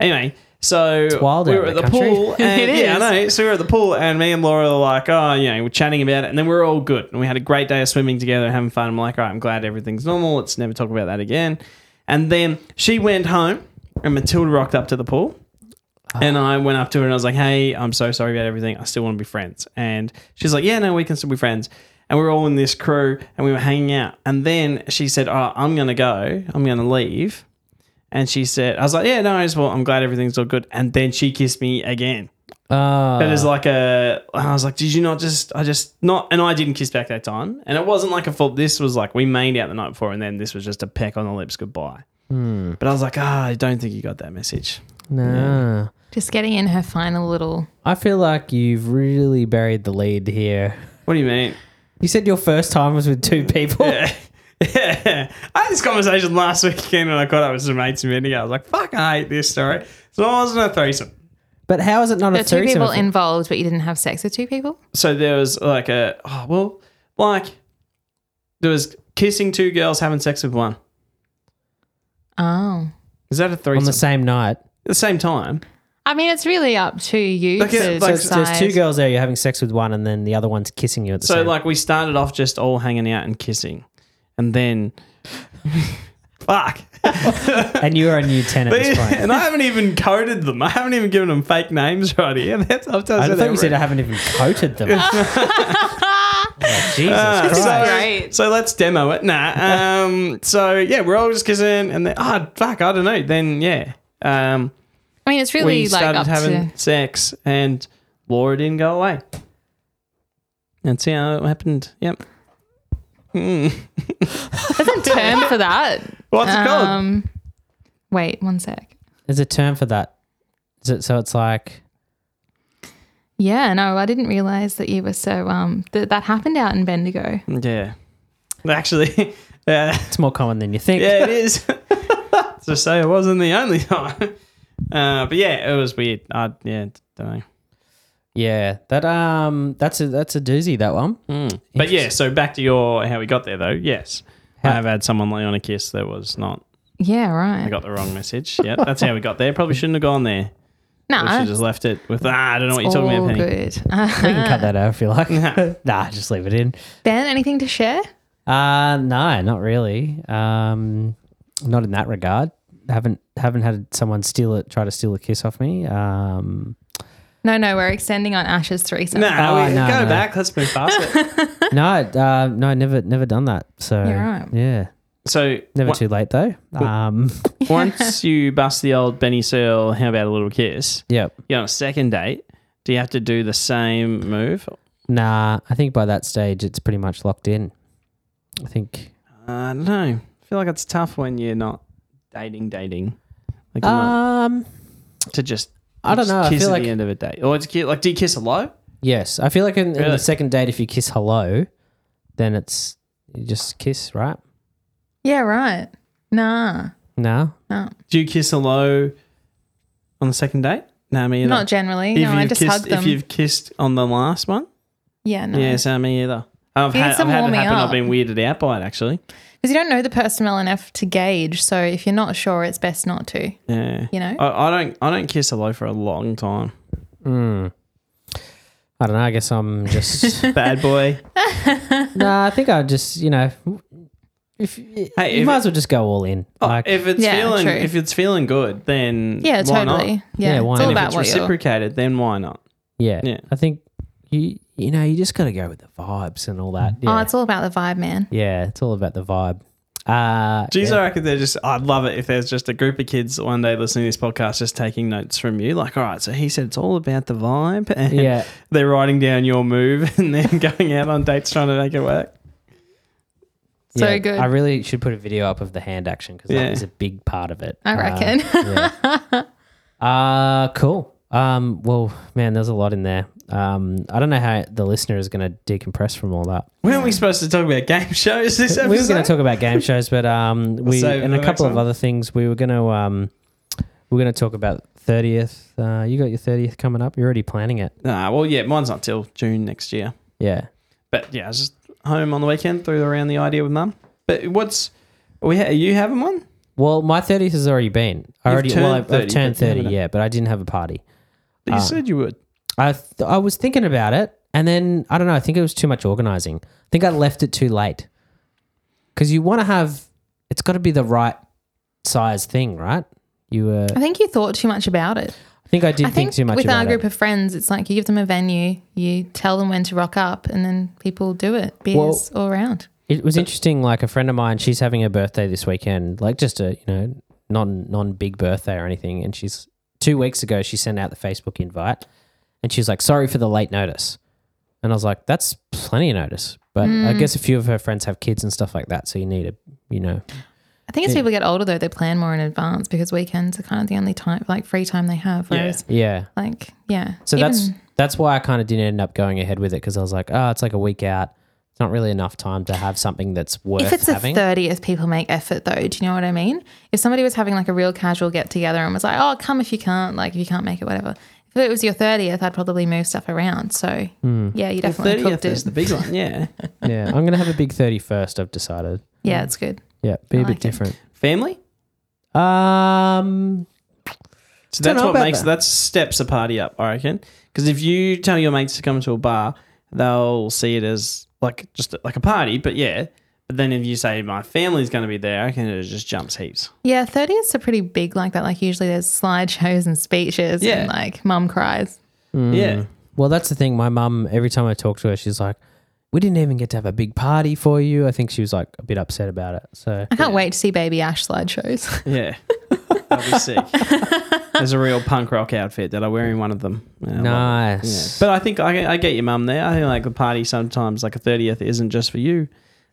Speaker 3: Anyway, so
Speaker 1: wild
Speaker 3: we
Speaker 1: out
Speaker 3: were at
Speaker 1: in
Speaker 3: the
Speaker 1: the country.
Speaker 3: pool. And,
Speaker 2: It
Speaker 3: Yeah,
Speaker 2: is.
Speaker 3: I know. So we were at the pool, and me and Laura were like, oh, you know, we're chatting about it, and then we were all good, and we had a great day of swimming together and having fun. I'm like, all right, I'm glad everything's normal. Let's never talk about that again. And then she went home, and Matilda rocked up to the pool. And I went up to her and I was like, "Hey, I'm so sorry about everything. I still want to be friends." And she's like, "Yeah, no, we can still be friends." And we were all in this crew and we were hanging out. And then she said, "Oh, I'm gonna go. I'm gonna leave." And she said, "I was like, yeah, no, worries. well, I'm glad everything's all good." And then she kissed me again
Speaker 1: Uh,
Speaker 3: And it's like a, and I was like, did you not just, I just, not, and I didn't kiss back that time. And it wasn't like a fault. This was like, we made out the night before, and then this was just a peck on the lips goodbye.
Speaker 1: hmm,
Speaker 3: But I was like, ah, I don't think you got that message.
Speaker 1: nah.
Speaker 2: Just getting in her final little.
Speaker 1: I feel like you've really buried the lead here.
Speaker 3: What do you mean?
Speaker 1: You said your first time was with two people.
Speaker 3: Yeah. yeah. I had this conversation last weekend when I caught up with some mates a minute ago. I was like, fuck, I hate this story. So it wasn't a threesome.
Speaker 1: But how is it not
Speaker 2: There
Speaker 1: a
Speaker 2: were two
Speaker 1: threesome?
Speaker 2: people
Speaker 1: if it-
Speaker 2: involved, but you didn't have sex with two people.
Speaker 3: so there was like a oh, well like there was kissing two girls having sex with one
Speaker 2: Oh,
Speaker 3: is that a
Speaker 1: on
Speaker 3: threesome
Speaker 1: the same night.
Speaker 3: at the same time
Speaker 2: I mean, it's really up to you
Speaker 3: Like,
Speaker 2: to
Speaker 3: like,
Speaker 1: So
Speaker 2: decide.
Speaker 1: there's two girls there. You're having sex with one, and then the other one's kissing you at the
Speaker 3: so
Speaker 1: same.
Speaker 3: like we started off just all hanging out and kissing and then fuck
Speaker 1: and you are a new ten at this point.
Speaker 3: and I haven't even coded them I haven't even given them fake names right here that's I've told
Speaker 1: I
Speaker 3: you
Speaker 1: thought
Speaker 3: that
Speaker 1: you said
Speaker 3: we're-
Speaker 1: I haven't even coated them. Oh, Jesus Christ!
Speaker 3: Ah, so,
Speaker 2: Great.
Speaker 3: so let's demo it. Nah. Um, so yeah, we're all just kissing, and then ah, fuck, I don't know. Then yeah, um,
Speaker 2: I mean, it's really
Speaker 3: we
Speaker 2: like
Speaker 3: started
Speaker 2: up
Speaker 3: having
Speaker 2: to.
Speaker 3: sex and Laura didn't go away. That's how it happened. Yep. Hmm.
Speaker 2: There's a term for that.
Speaker 3: What's it called?
Speaker 2: Um, wait one sec.
Speaker 1: There's a term for that. Is it so? It's like
Speaker 2: Yeah, no, I didn't realize that you were so um that that happened out in Bendigo.
Speaker 3: Um, Yeah. Actually, yeah,
Speaker 1: it's more common than you think.
Speaker 3: yeah, it is. so say it wasn't the only time. Uh, but yeah, it was weird. I yeah, don't know.
Speaker 1: Yeah, that um, that's a that's a doozy. That one.
Speaker 3: But yeah, so back to your how we got there though. Yes, I
Speaker 1: How-
Speaker 3: have had someone lay on a kiss that was not.
Speaker 2: Yeah, right.
Speaker 3: I got the wrong message. Yeah, that's how we got there. Probably shouldn't have gone there.
Speaker 2: no,
Speaker 3: We should have just left it with ah. I don't know what you're
Speaker 2: it's
Speaker 3: talking about,
Speaker 2: all
Speaker 3: Penny.
Speaker 2: good.
Speaker 1: we can
Speaker 2: Ah.
Speaker 1: cut that out if you like. nah, just leave it in.
Speaker 2: ben, anything to share?
Speaker 1: Uh no, not really. Um, not in that regard. Haven't haven't had someone steal it, try to steal a kiss off me. Um,
Speaker 2: No, no, we're extending on Ash's threesome.
Speaker 3: No,
Speaker 1: Oh,
Speaker 3: we,
Speaker 1: no,
Speaker 3: go
Speaker 1: no.
Speaker 3: back. Let's move past it.
Speaker 1: no, uh, no, never never done that. So
Speaker 2: You're right.
Speaker 1: yeah,
Speaker 3: So
Speaker 1: never
Speaker 3: wa-
Speaker 1: too late though. Um,
Speaker 3: once you bust the old Benny Searle, how about a little kiss?
Speaker 1: yeah,
Speaker 3: You're on a second date. Do you have to do the same move?
Speaker 1: nah. I think by that stage it's pretty much locked in. I think.
Speaker 3: I don't know. I feel like it's tough when you're not dating, dating. Like you're not-
Speaker 1: Um,
Speaker 3: to just
Speaker 1: I don't
Speaker 3: just
Speaker 1: know, I
Speaker 3: Kiss
Speaker 1: feel
Speaker 3: at
Speaker 1: like-
Speaker 3: the end of a date, or it's ki- like do you kiss hello?
Speaker 1: yes, I feel like in, in
Speaker 3: Really?
Speaker 1: the second date, if you kiss hello, then it's you just kiss, right?
Speaker 2: Yeah, right. Nah,
Speaker 1: No,
Speaker 2: no,
Speaker 3: Do you kiss hello on the second date? No, I mean
Speaker 2: not generally.
Speaker 3: If
Speaker 2: No, I
Speaker 3: you've
Speaker 2: just
Speaker 3: kissed,
Speaker 2: hugged them.
Speaker 3: If you've kissed on the last one,
Speaker 2: yeah, no,
Speaker 3: yeah,
Speaker 2: because
Speaker 3: so me either. I've
Speaker 2: You need
Speaker 3: had, I've
Speaker 2: some
Speaker 3: had it
Speaker 2: warming
Speaker 3: happen.
Speaker 2: up.
Speaker 3: I've been weirded out by it actually.
Speaker 2: you don't know the person well enough to gauge. So if you're not sure, it's best not to.
Speaker 3: Yeah,
Speaker 2: You know?
Speaker 3: I, I don't. I don't kiss hello for a long time. Hmm.
Speaker 1: mm. I don't know. I guess I'm just.
Speaker 3: Bad boy.
Speaker 1: No, I think I just you know, if
Speaker 3: Hey,
Speaker 1: you
Speaker 3: if
Speaker 1: might
Speaker 3: it-
Speaker 1: as well just go all in.
Speaker 3: Oh,
Speaker 1: like,
Speaker 3: if it's
Speaker 2: Yeah,
Speaker 3: feeling,
Speaker 2: true.
Speaker 3: if it's feeling good, then
Speaker 2: Yeah,
Speaker 3: why not?
Speaker 2: totally. Yeah,
Speaker 1: Yeah, why
Speaker 2: it's
Speaker 1: not?
Speaker 2: all
Speaker 3: If
Speaker 2: about
Speaker 3: it's
Speaker 2: what you're.
Speaker 3: reciprocated, then why not?
Speaker 1: yeah,
Speaker 3: yeah.
Speaker 1: I think you you know you just got to go with the vibes and all that. Yeah,
Speaker 2: Oh, it's all about the vibe, man.
Speaker 1: yeah, it's all about the vibe. Uh,
Speaker 3: Geez,
Speaker 1: yeah.
Speaker 3: I reckon they're just. I'd love it if there's just a group of kids one day listening to this podcast, just taking notes from you. Like, all right, so he said it's all about the vibe, and
Speaker 1: Yeah.
Speaker 3: they're writing down your move and then going out on dates trying to make it work.
Speaker 2: So
Speaker 1: yeah,
Speaker 2: good.
Speaker 1: I really should put a video up of the hand action because
Speaker 3: Yeah.
Speaker 1: that is a big part of it.
Speaker 2: I
Speaker 1: Uh,
Speaker 2: reckon.
Speaker 1: yeah. uh cool. Um, well, man, there's a lot in there. Um, I don't know how the listener is going to decompress from all that.
Speaker 3: Weren't we supposed to talk about game shows this episode?
Speaker 1: we were going to talk about game shows, but um, we
Speaker 3: save it
Speaker 1: and
Speaker 3: for
Speaker 1: a
Speaker 3: the
Speaker 1: couple
Speaker 3: next
Speaker 1: of
Speaker 3: one.
Speaker 1: other things. We were going to um, we we're going to talk about thirtieth. Uh, you got your thirtieth coming up. You're already planning it.
Speaker 3: Nah, well, yeah, mine's not till June next year.
Speaker 1: Yeah.
Speaker 3: But yeah, I was just home on the weekend, threw around the idea with mum. But what's are we? Are you having one?
Speaker 1: Well, my thirtieth has already been. I
Speaker 3: You've
Speaker 1: already well,
Speaker 3: turned
Speaker 1: I've,
Speaker 3: 30,
Speaker 1: I've turned
Speaker 3: but you
Speaker 1: thirty.
Speaker 3: haven't-
Speaker 1: Yeah, but I didn't have a party.
Speaker 3: You
Speaker 1: Uh,
Speaker 3: said you would.
Speaker 1: I th- I was thinking about it, and then I don't know. I think it was too much organizing. I think I left it too late because you want to have. It's got to be the right size thing, right? You were.
Speaker 2: I think you thought too much about it.
Speaker 1: I think I did
Speaker 2: I
Speaker 1: think,
Speaker 2: think
Speaker 1: too much
Speaker 2: with
Speaker 1: about
Speaker 2: our group
Speaker 1: it.
Speaker 2: of friends, it's like you give them a venue, you tell them when to rock up, and then people do it. Beers
Speaker 1: Well-
Speaker 2: all around.
Speaker 1: It was interesting. Like a friend of mine, she's having her birthday this weekend. Like just a you know non non big birthday or anything. And she's two weeks ago she sent out the Facebook invite, And she was like, sorry for the late notice. And I was like, that's plenty of notice. But I
Speaker 2: Mm.
Speaker 1: guess a few of her friends have kids and stuff like that. So you need a, you know,
Speaker 2: I think as
Speaker 1: Yeah.
Speaker 2: people get older, though, they plan more in advance because weekends are kind of the only time, like free time they have.
Speaker 3: Yeah.
Speaker 2: Whereas,
Speaker 1: yeah.
Speaker 2: like, yeah.
Speaker 1: So that's
Speaker 2: Even-
Speaker 1: that's why I kind of didn't end up going ahead with it because I was like, oh, it's like a week out. It's not really enough time to have something that's worth
Speaker 2: if it's
Speaker 1: having.
Speaker 2: a 30th, people make effort, though. Do you know what I mean? If somebody was having like a real casual get together and was like, oh, come if you can't, like, if you can't make it, whatever. If it was your 30th, I'd probably move stuff around. So, yeah, you definitely cooked
Speaker 3: is
Speaker 2: it.
Speaker 3: the big one. Yeah,
Speaker 1: Hmm. yeah, I'm gonna have a big thirty first. I've decided.
Speaker 2: Yeah, it's good.
Speaker 1: Yeah, be a
Speaker 2: I like
Speaker 1: bit
Speaker 2: it.
Speaker 1: different.
Speaker 3: family.
Speaker 1: Um,
Speaker 3: So
Speaker 1: Don't
Speaker 3: that's
Speaker 1: know
Speaker 3: what
Speaker 1: about
Speaker 3: makes
Speaker 1: that.
Speaker 3: that steps a party up, I reckon. Because if you tell your mates to come to a bar, they'll see it as like just like a party. But yeah, but then if you say my family's going to be there, I reckon it just jumps heaps.
Speaker 2: Yeah, 30ths are pretty big like that. Like, usually there's slideshows and speeches
Speaker 3: Yeah.
Speaker 2: and like mum cries. Hmm.
Speaker 3: Yeah,
Speaker 1: well, that's the thing. My mum, every time I talk to her, she's like, "We didn't even get to have a big party for you." I think she was like a bit upset about it. So
Speaker 2: I can't wait to see Baby Ash slideshows.
Speaker 3: yeah, that'll be sick. There's a real punk rock outfit that I wear in one of them. and I love it. Yeah.
Speaker 1: nice.
Speaker 3: But I think I, I get your mum there. I think like the party sometimes, like a 30th, isn't just for you,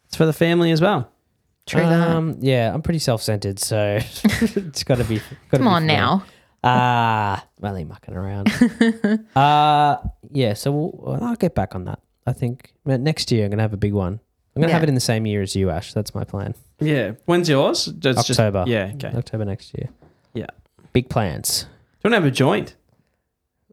Speaker 3: it's for the family as well.
Speaker 2: True that.
Speaker 1: um, yeah, I'm pretty self centered, so it's got to be. Gotta
Speaker 2: Come
Speaker 1: be
Speaker 2: on
Speaker 1: fun.
Speaker 2: now.
Speaker 1: Ah, well, they mucking around. uh yeah. So we'll, I'll get back on that. I think but next year I'm gonna have a big one. I'm gonna have
Speaker 2: Yeah.
Speaker 1: it in the same year as you, Ash. That's my plan.
Speaker 3: Yeah. When's yours? It's just-
Speaker 1: October.
Speaker 3: yeah. Okay. Do
Speaker 1: October next year.
Speaker 3: Yeah.
Speaker 1: Big plans
Speaker 3: you want to have a joint?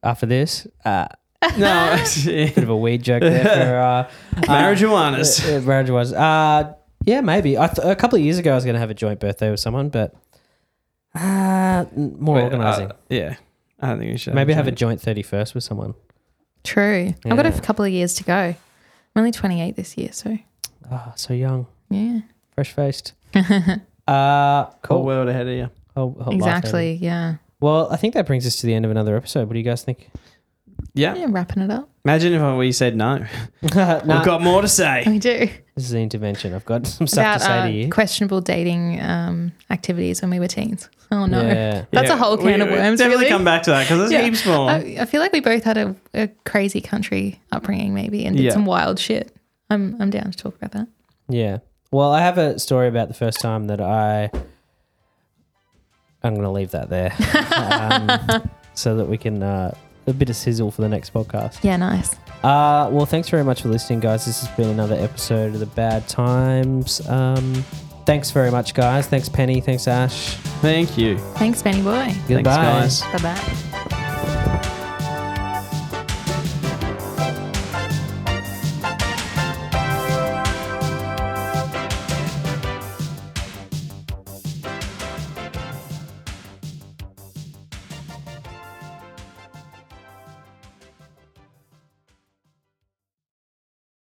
Speaker 1: after this. Uh,
Speaker 3: No.
Speaker 1: bit of a weed joke there for uh,
Speaker 3: Marijuana's.
Speaker 1: uh, marriage was. Uh, yeah, maybe. I th- a couple of years ago I was gonna have a joint birthday with someone, but uh, n- more
Speaker 3: Wait,
Speaker 1: organizing.
Speaker 3: uh, yeah. I don't think we should.
Speaker 1: maybe have a joint thirty first with someone.
Speaker 2: True. I've got a
Speaker 1: Yeah.
Speaker 2: f- couple of years to go. I'm only 28 this year, so
Speaker 1: Ah, so young,
Speaker 2: yeah.
Speaker 1: fresh faced. uh,
Speaker 3: Cool
Speaker 1: cool.
Speaker 3: world ahead of you.
Speaker 1: Whole- whole life
Speaker 2: exactly. Yeah.
Speaker 1: Well, I think that brings us to the end of another episode. What do you guys think?
Speaker 3: Yeah.
Speaker 2: Yeah, wrapping it up.
Speaker 3: Imagine if we said no.
Speaker 1: Nah,
Speaker 3: We've got more to say.
Speaker 2: We do.
Speaker 1: this is the intervention. I've got some stuff
Speaker 2: About
Speaker 1: to say
Speaker 2: uh,
Speaker 1: to you.
Speaker 2: questionable dating um, activities when we were teens. Oh, no.
Speaker 1: Yeah.
Speaker 2: That's a whole can
Speaker 3: we-
Speaker 2: of worms,
Speaker 3: Definitely
Speaker 2: really.
Speaker 3: come back to that because there's
Speaker 2: Yeah. Uh,
Speaker 3: heaps more.
Speaker 2: I, I feel like we both had a, a crazy country upbringing, maybe, and did
Speaker 3: Yeah.
Speaker 2: some wild shit. I'm, I'm down to talk about that.
Speaker 1: Yeah. Well, I have a story about the first time that I. I'm going to leave that there um, so that we can. Uh, a bit of sizzle for the next podcast.
Speaker 2: Yeah, nice.
Speaker 1: Uh, well, thanks very much for listening, guys. This has been another episode of the Bad Times. Um, thanks very much, guys. Thanks, Penny. Thanks, Ash.
Speaker 3: Thank you.
Speaker 2: Thanks, Benny Boy.
Speaker 1: Goodbye.
Speaker 3: Thanks, guys.
Speaker 2: Bye bye.